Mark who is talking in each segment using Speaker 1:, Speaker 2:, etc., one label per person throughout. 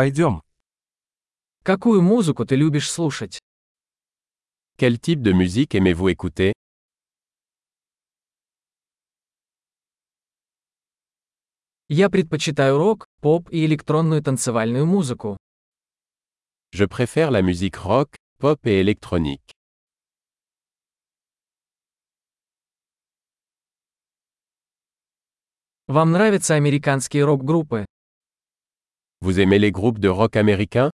Speaker 1: Пойдем.
Speaker 2: Какую музыку ты любишь слушать?
Speaker 3: Quel type de musique aimez-vous écouter
Speaker 2: Я предпочитаю рок, поп и электронную танцевальную музыку.
Speaker 3: Je préfère la musique rock, pop et électronique.
Speaker 2: Вам нравятся американские рок-группы?
Speaker 3: Vous aimez les groupes de rock américains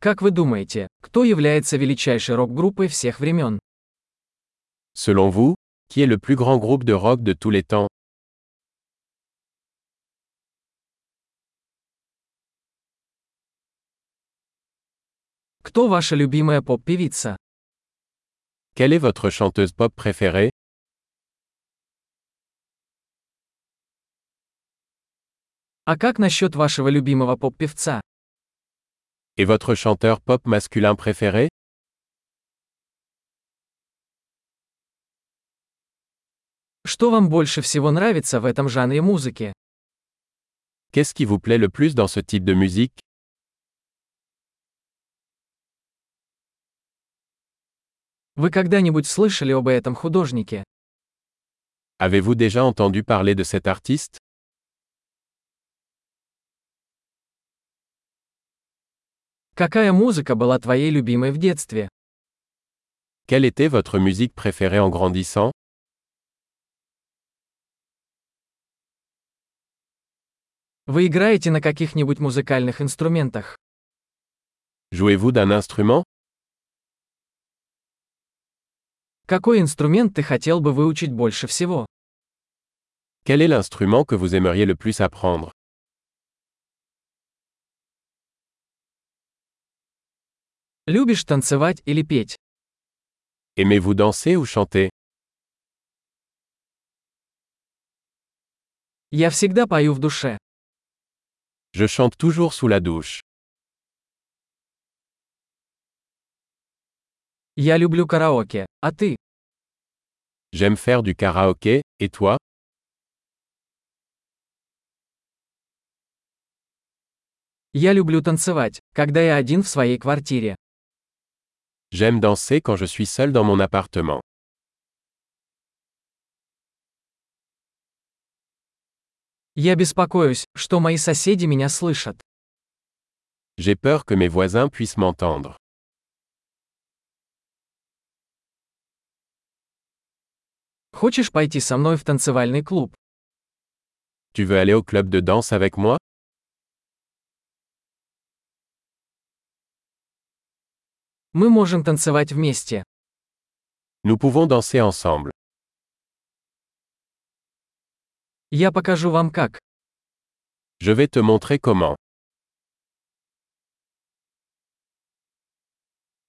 Speaker 2: Как вы думаете, кто является величайшей рок-группой всех времен?
Speaker 3: Selon vous, qui est le plus grand groupe de rock de tous les temps
Speaker 2: Кто ваша любимая поп-певица?
Speaker 3: Quelle est votre chanteuse pop préférée
Speaker 2: А как насчет вашего любимого поп-певца?
Speaker 3: Et votre chanteur pop masculin préféré
Speaker 2: Что вам больше всего нравится в этом жанре музыки?
Speaker 3: Qu'est-ce qui vous plaît le plus dans ce type de musique
Speaker 2: Вы когда-нибудь слышали об этом художнике?
Speaker 3: Avez-vous déjà entendu parler de cet artiste
Speaker 2: Какая музыка была твоей любимой в детстве?
Speaker 3: Quelle était votre musique préférée en grandissant
Speaker 2: Вы играете на каких-нибудь музыкальных инструментах?
Speaker 3: Jouez-vous d'un instrument
Speaker 2: Какой инструмент ты хотел бы выучить больше всего?
Speaker 3: Quel est l'instrument que vous aimeriez le plus apprendre
Speaker 2: Любишь танцевать или петь?
Speaker 3: Aimez-vous danser ou chanter
Speaker 2: Я всегда пою в душе.
Speaker 3: Je chante toujours sous la douche.
Speaker 2: Я люблю караоке. А ты?
Speaker 3: J'aime faire du karaoké, et toi
Speaker 2: Я люблю танцевать, когда я один в своей квартире.
Speaker 3: J'aime danser quand je suis seul dans mon appartement.
Speaker 2: Я беспокоюсь, что мои соседи меня слышат.
Speaker 3: J'ai peur que mes voisins puissent m'entendre.
Speaker 2: Хочешь пойти со мной в танцевальный клуб?
Speaker 3: Tu veux aller au club de danse avec moi
Speaker 2: Мы можем танцевать вместе.
Speaker 3: Nous pouvons danser ensemble.
Speaker 2: Я покажу вам как.
Speaker 3: Je vais te montrer comment.